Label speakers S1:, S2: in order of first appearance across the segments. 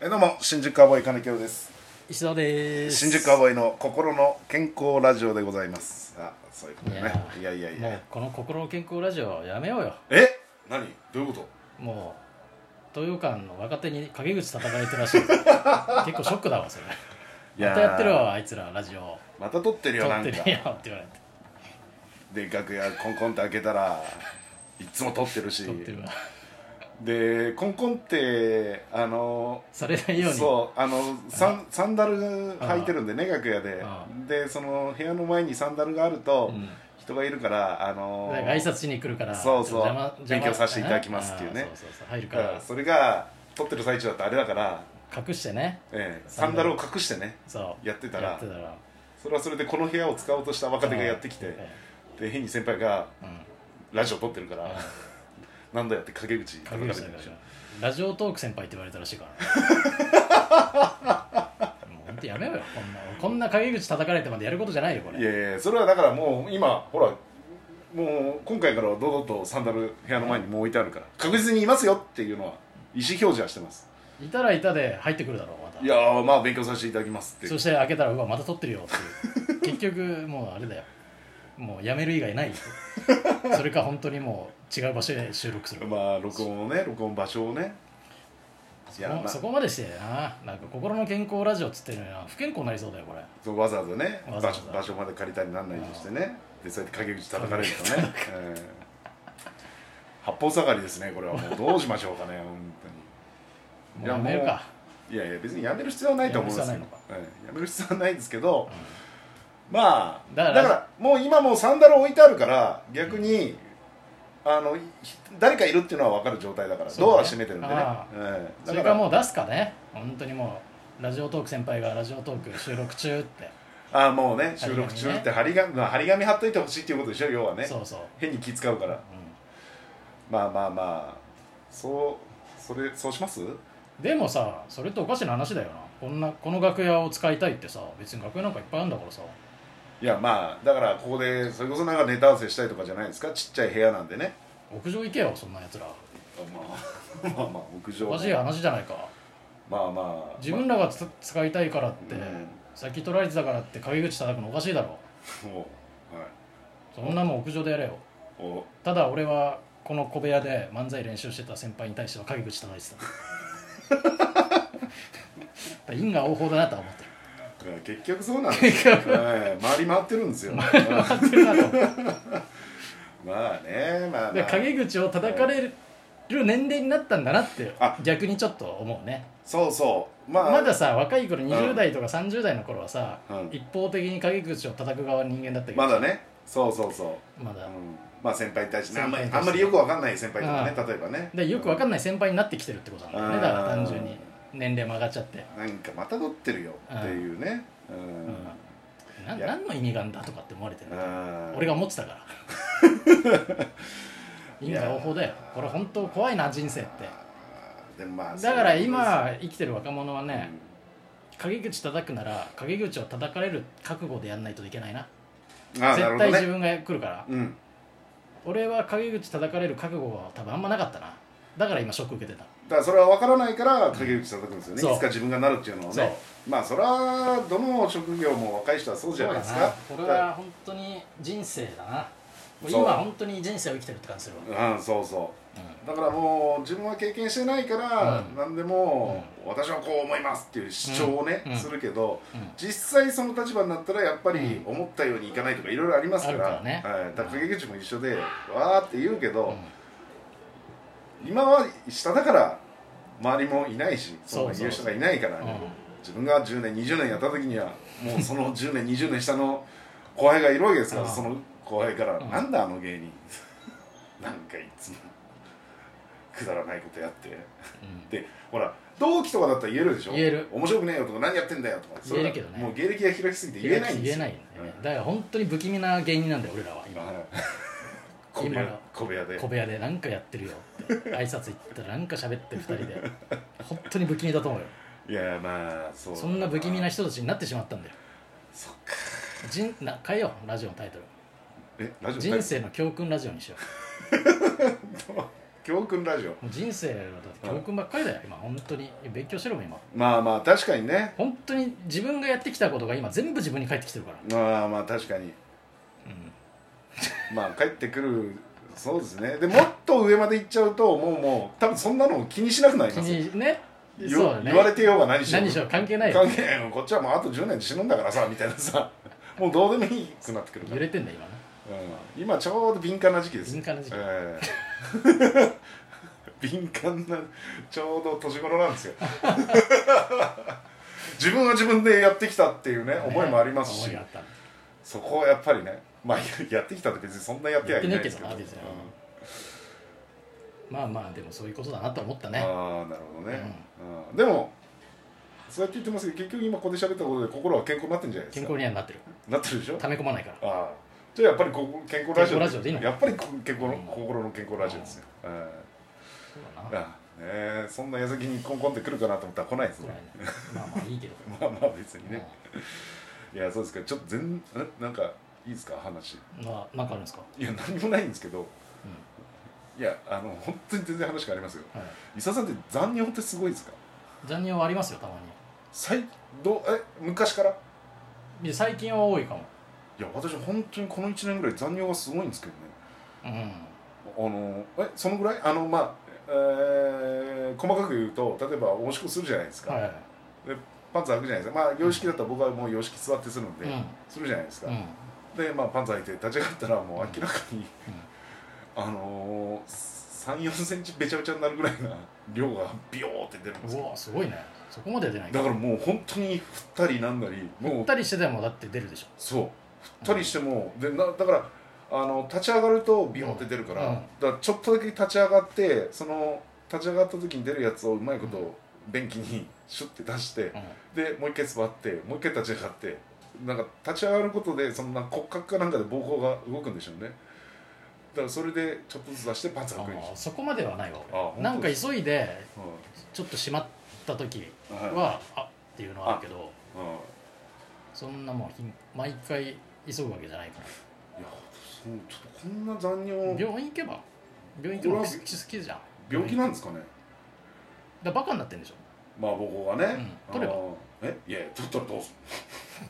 S1: えどうも新宿カーボーイ金城です
S2: 石田です
S1: 新宿カーボーイの心の健康ラジオでございますあそういうこと
S2: い
S1: ね
S2: や
S1: いやいやいや
S2: もうこの心の健康ラジオやめようよ
S1: え何どういうこ
S2: もう東洋館の若手に陰口叩かれてるらしい 結構ショックだわそれ
S1: といや
S2: またやってるわあいつらラジオ
S1: また撮ってるよ
S2: 撮
S1: な
S2: って
S1: ん
S2: る
S1: か
S2: よって言われて
S1: で楽屋コンコンって開けたらいつも撮ってるし
S2: 撮ってるわ
S1: でコンコンってあの
S2: されないように
S1: そうあのサンサンダル履いてるんでね楽屋で
S2: あ
S1: でその部屋の前にサンダルがあると
S2: うん
S1: 人がいるからあの
S2: なんか挨拶しに来るから
S1: そうそう
S2: ちょっと邪魔
S1: 勉強させていただきますっていうね
S2: あーそうそうそう入るか
S1: うん
S2: ら
S1: それが撮ってる最中だとあれだから
S2: 隠してね
S1: ええサンダルを隠してね
S2: そう
S1: やってたら
S2: やってたら
S1: それはそれでこの部屋を使おうとした若手がやってきてで変に先輩が
S2: うん
S1: ラジオ撮ってるからなんだよって陰口叩か
S2: 影
S1: れ
S2: 口
S1: て
S2: さ
S1: る
S2: ん
S1: ん
S2: か
S1: でしょ
S2: らラジオトーク先輩って言われたらしいから もう本当やめようよこんなこんな陰口叩かれてまでやることじゃないよこれ
S1: いやいやそれはだからもう今ほらもう今回からは堂々とサンダル部屋の前にもう置いてあるから確実にいますよっていうのは意思表示はしてます
S2: いたらいたで入ってくるだろうまた
S1: いやーまあ勉強させていただきますって
S2: そして開けたらうわまた撮ってるよ っていう結局もうあれだよもうやめる以外ないよそれか本当にもう違う場所で収録する
S1: まあ録音をね録音場所をねい
S2: そ
S1: やま
S2: こ
S1: あ
S2: そこまでしてななんか心の健康ラジオっつってるのにな不健康になりそうだよこれ
S1: そうわざわざね
S2: わざわざ
S1: 場所場所まで借りたりなんないとしてねでそうやって陰口叩かれるとね、えー八方下がりですねこれはもうどうしましょうかね本
S2: もうやめるか
S1: 当にいやいや別にやめる必要はないと思うんですけど
S2: やめる必
S1: えーやめる必要はないですけど、まあ
S2: だ
S1: だ
S2: か
S1: かららもう今もうサンダル置いてあるから逆に、あのひ誰かいるっていうのは分かる状態だから
S2: そうだね
S1: ドアは閉めてるんでね、
S2: あ
S1: えーだ
S2: それ
S1: か
S2: からもう出すかね本当にもうラジオトーク先輩がラジオトーク収録中って、
S1: あーもうね収録中って張り紙,、まあ、張り紙貼っといてほしいっていうことでしょ要はね
S2: そうそう、
S1: 変に気使うから
S2: う
S1: まあまあまあそうそれそうします
S2: ん、でもさそれっておかしな話だよなこんなこの楽屋を使いたいってさ別に楽屋なんかいっぱいあるんだからさ
S1: いやまあだからここでそれこそなんかネタ合わせしたいとかじゃないですかちっちゃい部屋なんでね
S2: 屋上行けよそんなやつら
S1: まあ まあまあ屋上
S2: おかしい話じゃないか
S1: まあまあ
S2: 自分らがつ使いたいからって、
S1: うん
S2: 先取られてたからって陰口叩くのおかしいだろ
S1: まあもうはい
S2: そんなもん屋上でやれよ
S1: お
S2: ただ俺はこの小部屋で漫才練習してた先輩に対しては陰口叩いて た やっぱ因果応報だなとは思ってる
S1: だから結局そうなんですよ、はい、回り回ってるんですよまあ
S2: ってるなと思って
S1: まあねまあ、ま
S2: で
S1: あ、
S2: 陰口を叩かれる年齢になったんだなって
S1: あ
S2: 逆にちょっと思うね
S1: そうそうまあ
S2: まださ若い頃
S1: ん
S2: 20代とか30代の頃はさ、
S1: うん
S2: 一方的に陰口を叩く側の人間だったけど
S1: まだねそうそうそう、
S2: まだ
S1: うん、まあ先輩に対してねあんまり
S2: 先輩に対して
S1: あんまりよくわかんない先輩とか
S2: あ
S1: ね例えばね
S2: でよくわ
S1: ん
S2: かんない先輩になってきてるってことなんだよね
S1: うん
S2: だから単純に年齢も上がっちゃって、
S1: なんかまた撮ってるよっていうねう
S2: うん
S1: ん、
S2: ない
S1: や
S2: 何の意味があるんだとかって思われてる
S1: うん
S2: 俺が思っ てたから因果応報だよこれ本当怖いな人生って
S1: でもまあ
S2: だから
S1: そう
S2: 今生きてる若者は
S1: です
S2: ね、陰口叩くなら陰口を叩かれる覚悟でやんないといけないな
S1: うんああなる
S2: 絶
S1: ほど
S2: 対
S1: ね
S2: 自分が来るから、
S1: うん
S2: 俺は陰口叩かれる覚悟は多分あんまなかったなだから今ショック受けてた、
S1: だからそれは分からないから陰口叩くんですよ
S2: そう
S1: ねいつか自分がなるっていうのを
S2: そう
S1: ねまあそれはどの職業も若い人はそうじゃないですか
S2: そうだなこれは本当に人生だなもう
S1: そう
S2: 今本当に人生を生きてるって感じするわ、
S1: うんそうそうだからもう自分は経験してないから
S2: うん
S1: 何でも私はこう思いますっていう主張をね
S2: うん
S1: するけど
S2: うんうん
S1: 実際その立場になったらやっぱり
S2: う
S1: 思ったようにいかないとかいろいろありますか
S2: あるかららね
S1: はいだから陰口も一緒でわーって言うけど、
S2: うん
S1: 今は下だから周りもいないし
S2: そ
S1: そうう
S2: そ
S1: いうう
S2: そう
S1: 人がいないから、
S2: うん
S1: 自分が10年20年やった時にはもうそ の10年20年下の後輩がいるわけですから、
S2: うん
S1: その後輩から「
S2: うん
S1: なんだあの芸人 なんかいつもくだらないことやって」でほら同期とかだったら言えるでしょ
S2: 言える
S1: 面白くねえよとか何やってんだよとかそれは
S2: 言えるけどね
S1: もう芸歴が開きすぎて言えないんですよ
S2: 言えないよね、だから本当に不気味な芸人なんだよ俺らは今、
S1: はい 小部屋
S2: 今の
S1: 小部屋で
S2: 小部屋でなんかやってるよって挨拶行ったらなんか喋ってる2人 で本当に不気味だと思うよ
S1: いやまあそう
S2: そんな不気味な人たちになってしまったんだよ
S1: そっ
S2: 人な変えよ うラジオのタイトル
S1: えラジオ
S2: 人生の教訓ラジオにしよ
S1: 教訓ラジオ
S2: もう人生はだって教訓ばっかりだよ今本当に勉強してるもん今
S1: まあまあ確かにね
S2: 本当に自分がやってきたことが今全部自分に返ってきてるから
S1: まあまあ確かに
S2: うん
S1: まあ帰ってくるそうですねでもっと上まで行っちゃうともうもう多分そんなの気にしなくなり
S2: 気
S1: ますよ
S2: にね
S1: 言
S2: そうだね
S1: 言われてようが何しようが
S2: 何しよう関係ないよ
S1: 関係ないよこっちはもうあと10年で死ぬんだからさみたいなさもうどうでもいいくなってくるか
S2: 揺
S1: ら、
S2: れてんだ今ね
S1: うん、今ちょうど敏感な時期です
S2: 敏感な時期
S1: ええ 敏感なちょうど年頃なんですよ 自分は自分でやってきたっていうね思いもありますし
S2: 思いがあった
S1: そこはやっぱりねまあややってきたって別にそんなやってはいないですけど
S2: やってないけどなまあまあでもそういうことだなと思った
S1: うん
S2: ね
S1: ああなるほどね、うんでもそうやって言ってますけど結局今ここで喋ったことで心は健康になってるんじゃないです
S2: 健
S1: か
S2: 康にはなってる
S1: なってるでしょ
S2: 溜め込まないから
S1: ああじゃあやっぱりここ健康ラジオ
S2: 健康ラジオでいいの
S1: やっぱりこ健康の
S2: うん
S1: 心の健康ラジオですよ、え
S2: そう
S1: え
S2: だ
S1: あ
S2: な
S1: あねえそんな矢先にコンコンってくるかなと思ったら来ないです
S2: そうだね
S1: ね
S2: まあまあいいけど
S1: まあまあ別にねいやそうですけどちょっと全ななんかいいですか話
S2: うんまあなんかあるんですか
S1: いや何もないんですけど
S2: う
S1: いやあの本当に全然話がありますよ
S2: んはい
S1: 伊佐さんって残尿ってすごいですか
S2: 残尿はありますよたま
S1: 最どうえ昔からい
S2: にで最近は多いかも
S1: や私本当にこの1年ぐらい残尿がすごいんですけどね
S2: うん
S1: あのえそのぐらいあのまあ、えー細かく言うと例えばおしっこするじゃないですか、
S2: はい
S1: パンツ履くじゃないですかまあ洋式だったら僕はもう洋式座ってするんで、
S2: うん
S1: するじゃないですか、
S2: うん
S1: でまあパンツ履いて立ち上がったらもう明らかに、あのー、3 4センチべちゃべちゃになるぐらいな量がビヨーって出るんです
S2: う
S1: よ
S2: わすごいねそこまでは出ない
S1: だからもう本当に振ったりなんだり
S2: 振
S1: も
S2: っ
S1: う
S2: たりしてでもだって出るでしょ
S1: そう振ったりしても、でなだからあの立ち上がるとビヨーって出るから,、
S2: うん
S1: だからちょっとだけ立ち上がってその立ち上がった時に出るやつをうまいこと便器にシュッて出して、
S2: うん
S1: でもう一回座ってもう一回立ち上がってなんか立ち上がることでそのなんか骨格かなんかで膀胱が動くんでしょうねだからそれでちょっとずつ出してパンツがくるんでし
S2: あそこまではないわ
S1: あ本当
S2: 俺なんか急いで
S1: ょ、
S2: ちょっと閉まった時
S1: はいはい
S2: はあっていうのはあるけど
S1: うん、いや
S2: そんなもうひん毎回急ぐわけじゃないか
S1: そうちょっとこんな残
S2: ら
S1: 尿
S2: 病院行けば病院行くの
S1: こ
S2: 好
S1: れは
S2: き好きじゃん
S1: 病気なんですすかね
S2: だからバカになってんでしょ
S1: まあ膀胱がね、
S2: うん取れば
S1: あーえいやいや取ったらどうす る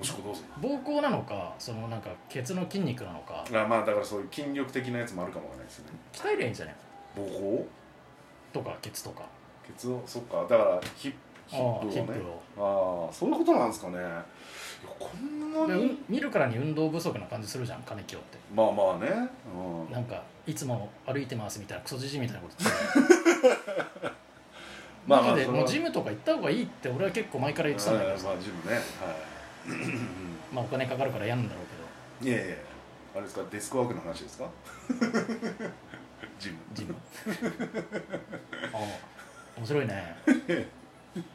S1: おしっこどうする
S2: 膀胱なのかそのなんかケツの筋肉なのか
S1: あまあだからそういう筋力的なやつもあるかもわかんないですね
S2: 鍛えりゃいいんじゃない
S1: 膀胱
S2: とかケツとか
S1: ケツをそっかだからヒップヒ
S2: あ
S1: ップ
S2: ー
S1: を
S2: ヒッ
S1: ね
S2: プを
S1: ああそういうことなんですかねいやこん
S2: で
S1: なに
S2: う見るからに運動不足な感じするじゃん金清って
S1: まあまあね、うん、
S2: なんかいつも歩いてますみたいなクソじじいみたいなこと言って
S1: まあ
S2: マ
S1: まあ
S2: ジで
S1: それは
S2: もうジムとか行った方がいいって俺は結構前から言ってたんだけど
S1: ま
S2: さ
S1: あジムねは
S2: まあお金かかるから嫌なんだろう
S1: いいやいやあれですかデスクワークの話です かジム
S2: けどジムああ面白いね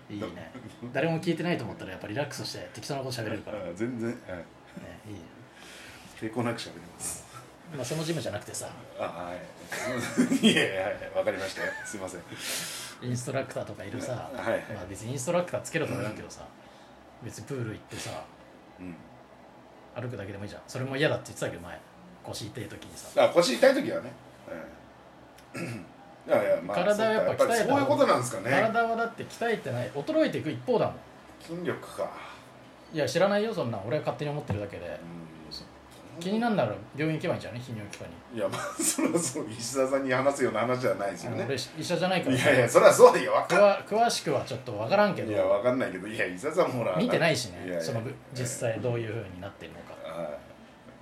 S2: いいね誰も聞いてないと思ったらやっぱリラックスして適当なこと喋れるからね
S1: あ全然、はい、
S2: いいね
S1: 抵抗なく喋ります
S2: まあそのジムじゃなくてさ
S1: あはい いやいやはいわかりましたよすいません
S2: インストラクターとかいるさ、
S1: はいはい
S2: まあ、別にインストラクターつけろとかだけどさ、別にプール行ってさ
S1: うん
S2: 歩くだけでもいいじゃんそれも嫌だって言ってたけど前腰痛い時にさ
S1: あ腰痛い時はね、うん、いやいやまあ
S2: 体はやっぱ
S1: そうか
S2: 鍛えた
S1: そうい
S2: 方
S1: うことなんですかね
S2: 体はだって鍛えてない衰えていく一方だもん
S1: 筋力か、
S2: いや知らないよそんなん俺は勝手に思ってるだけで
S1: うん
S2: 気になるなら病院行けばいいんじゃない泌尿器科
S1: いやまあ それはそう石田さんに話すような話じゃないですよ
S2: に、
S1: ね
S2: 俺医者じゃないから
S1: いやいやそれはそうだよわか
S2: 詳詳しくはちょっと分からんけ
S1: ん
S2: ど
S1: いやわかんないけどいや石田さんほら
S2: 見て
S1: い
S2: ないしね
S1: いやいや
S2: その実際どういうふうになってるの か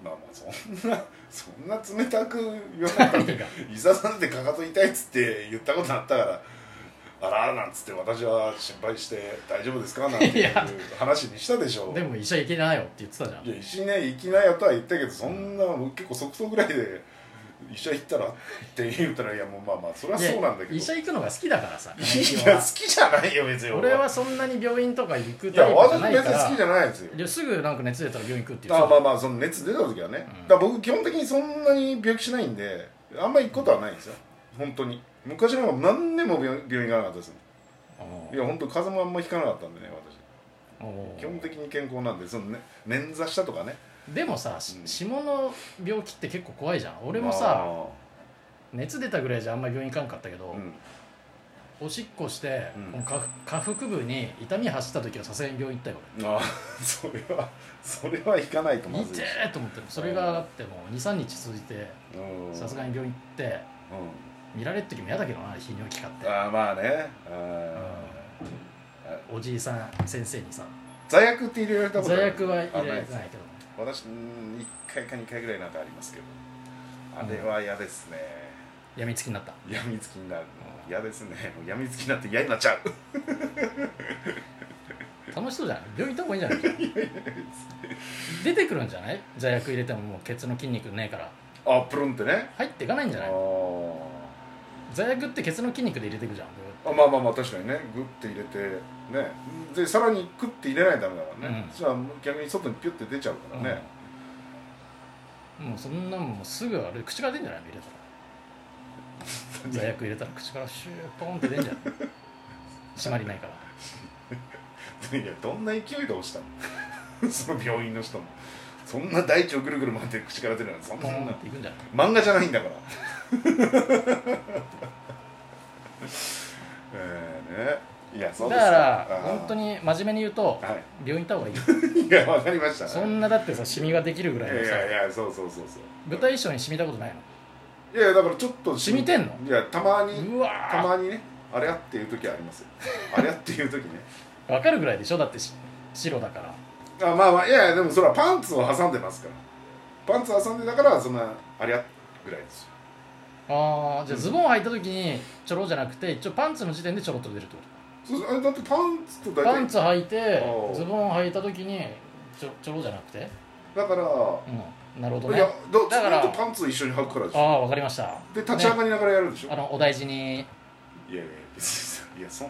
S1: まあまあそんなそんな冷たく言わないから
S2: 何が
S1: 伊沢さんってかかと痛いっつって言ったことあったからあらあらなんつって私は心配して大丈夫ですかなんて
S2: い
S1: いう
S2: や
S1: 話にしたでしょ
S2: でも医者行けないよって言ってたじゃん
S1: いや石ね行きなよとは言ったけどそんなもう結構即答ぐらいで医者行ったらって言ったらいやもうまあまあそれはそうなんだけど
S2: いや医者行くのが好きだからさ
S1: いや好きじゃないよ別に
S2: 俺はそんなに病院とか行く
S1: いや
S2: タイプじゃ
S1: 私
S2: ない
S1: 別
S2: か
S1: に好きじ
S2: ら
S1: ゃないですよ
S2: いやすぐなんか熱出たら病院行くって言っ
S1: あ
S2: て
S1: まあ
S2: た
S1: まあその熱出た時はね、
S2: うん
S1: だから僕基本的にそんなに病気しないんであんまり行くことはないんですよ本当に昔なんか何年も病病院行かなかったですよい
S2: じ
S1: や本当風邪もあんまひかなかったんでね私
S2: ゃんうん
S1: 基本的に健康なんでそのね捻挫したとかね
S2: でもさ、し
S1: うん
S2: 下の病気って結構怖いじゃん俺もさ
S1: ま
S2: 熱出たぐらいじゃあんまり病院行かんかったけど、
S1: うん
S2: おしっこして、
S1: うん
S2: この下下腹部に痛み走った時はさすがに病院行った
S1: あ
S2: よ
S1: あそれはそれはいかないと
S2: 俺
S1: ま
S2: 痛
S1: ずいし
S2: えと思ってそれがだってもう23日続いて
S1: うん
S2: さすがに病院行って
S1: う
S2: 見られる時も嫌だけどな泌尿器科って
S1: ん、ああまあねああ
S2: おじいさん先生にさ
S1: 罪悪って入れられたことあ
S2: 罪
S1: る
S2: 悪は入れられ
S1: あ
S2: てないけど
S1: 私うん1回か2回ぐらいなんかありますけどあれは嫌ですね、
S2: 病みつきになった
S1: やみつきになるの嫌ですねもうやみつきになって嫌になっちゃう
S2: 楽しそうじゃない病院行った方がいいんじゃない出てくるんじゃない罪悪入れてももうケツの筋肉ねえから
S1: あプルンってね
S2: 入っていかないんじゃ
S1: あ
S2: ない
S1: ー
S2: 罪悪ってケツの筋肉で入れていくじゃん
S1: あまあまあまあ確かにねグッて入れてねでさらにクッて入れないとダメだからね、
S2: うん
S1: じゃあ逆に外にピュッて出ちゃうからね、
S2: もうそんなもんもうすぐあれ口から出んじゃないの入れたら罪悪入れたら口からシューポーンって出んじゃない締まりないから
S1: いやどんな勢いで押したの その病院の人もそんな大地をぐるぐる回って口から出るなんてそん
S2: ポ
S1: な
S2: ーンっていくんじゃない
S1: 漫画じゃないんだから ええねいやそう
S2: だ
S1: で
S2: か
S1: す
S2: ら
S1: あー
S2: 本当に真面目に言うと
S1: は
S2: 病院行っ た方がいいよ
S1: いいやわかりました
S2: そんなだってさシミができるぐ
S1: い
S2: らい
S1: や
S2: の
S1: い
S2: さ
S1: やいやそうそうそうそう
S2: 舞台衣装に染みたことないの
S1: いやいやだからちょっと
S2: 染みてんの
S1: いやたまに
S2: うわ
S1: た
S2: ー
S1: まにねあれやっていう時ありますよあれやっていう時ね
S2: わかるぐらいでしょだってし白だから
S1: あまあまあいやいやでもそれはパンツを挟んでますからパンツ挟んでだからそんなあれやぐらいですよ
S2: ああじゃあズボンを履いた時にちょろじゃなくて一応パンツの時点でちょろっと出るってこ
S1: そうそうあれだってパンツと
S2: と
S1: 大体
S2: パンツ履いて
S1: おう
S2: ズボンを履いた時にちょちょろじゃなくて
S1: だから、
S2: うんなるほど
S1: いや
S2: ね
S1: だ
S2: だから
S1: ずっとパンツを一緒に履くからでし
S2: あ
S1: ょ
S2: あわかりました
S1: で立ち上がり
S2: ね
S1: ながらやるでしょ、
S2: あのお大事に
S1: いやいや別にさいやそん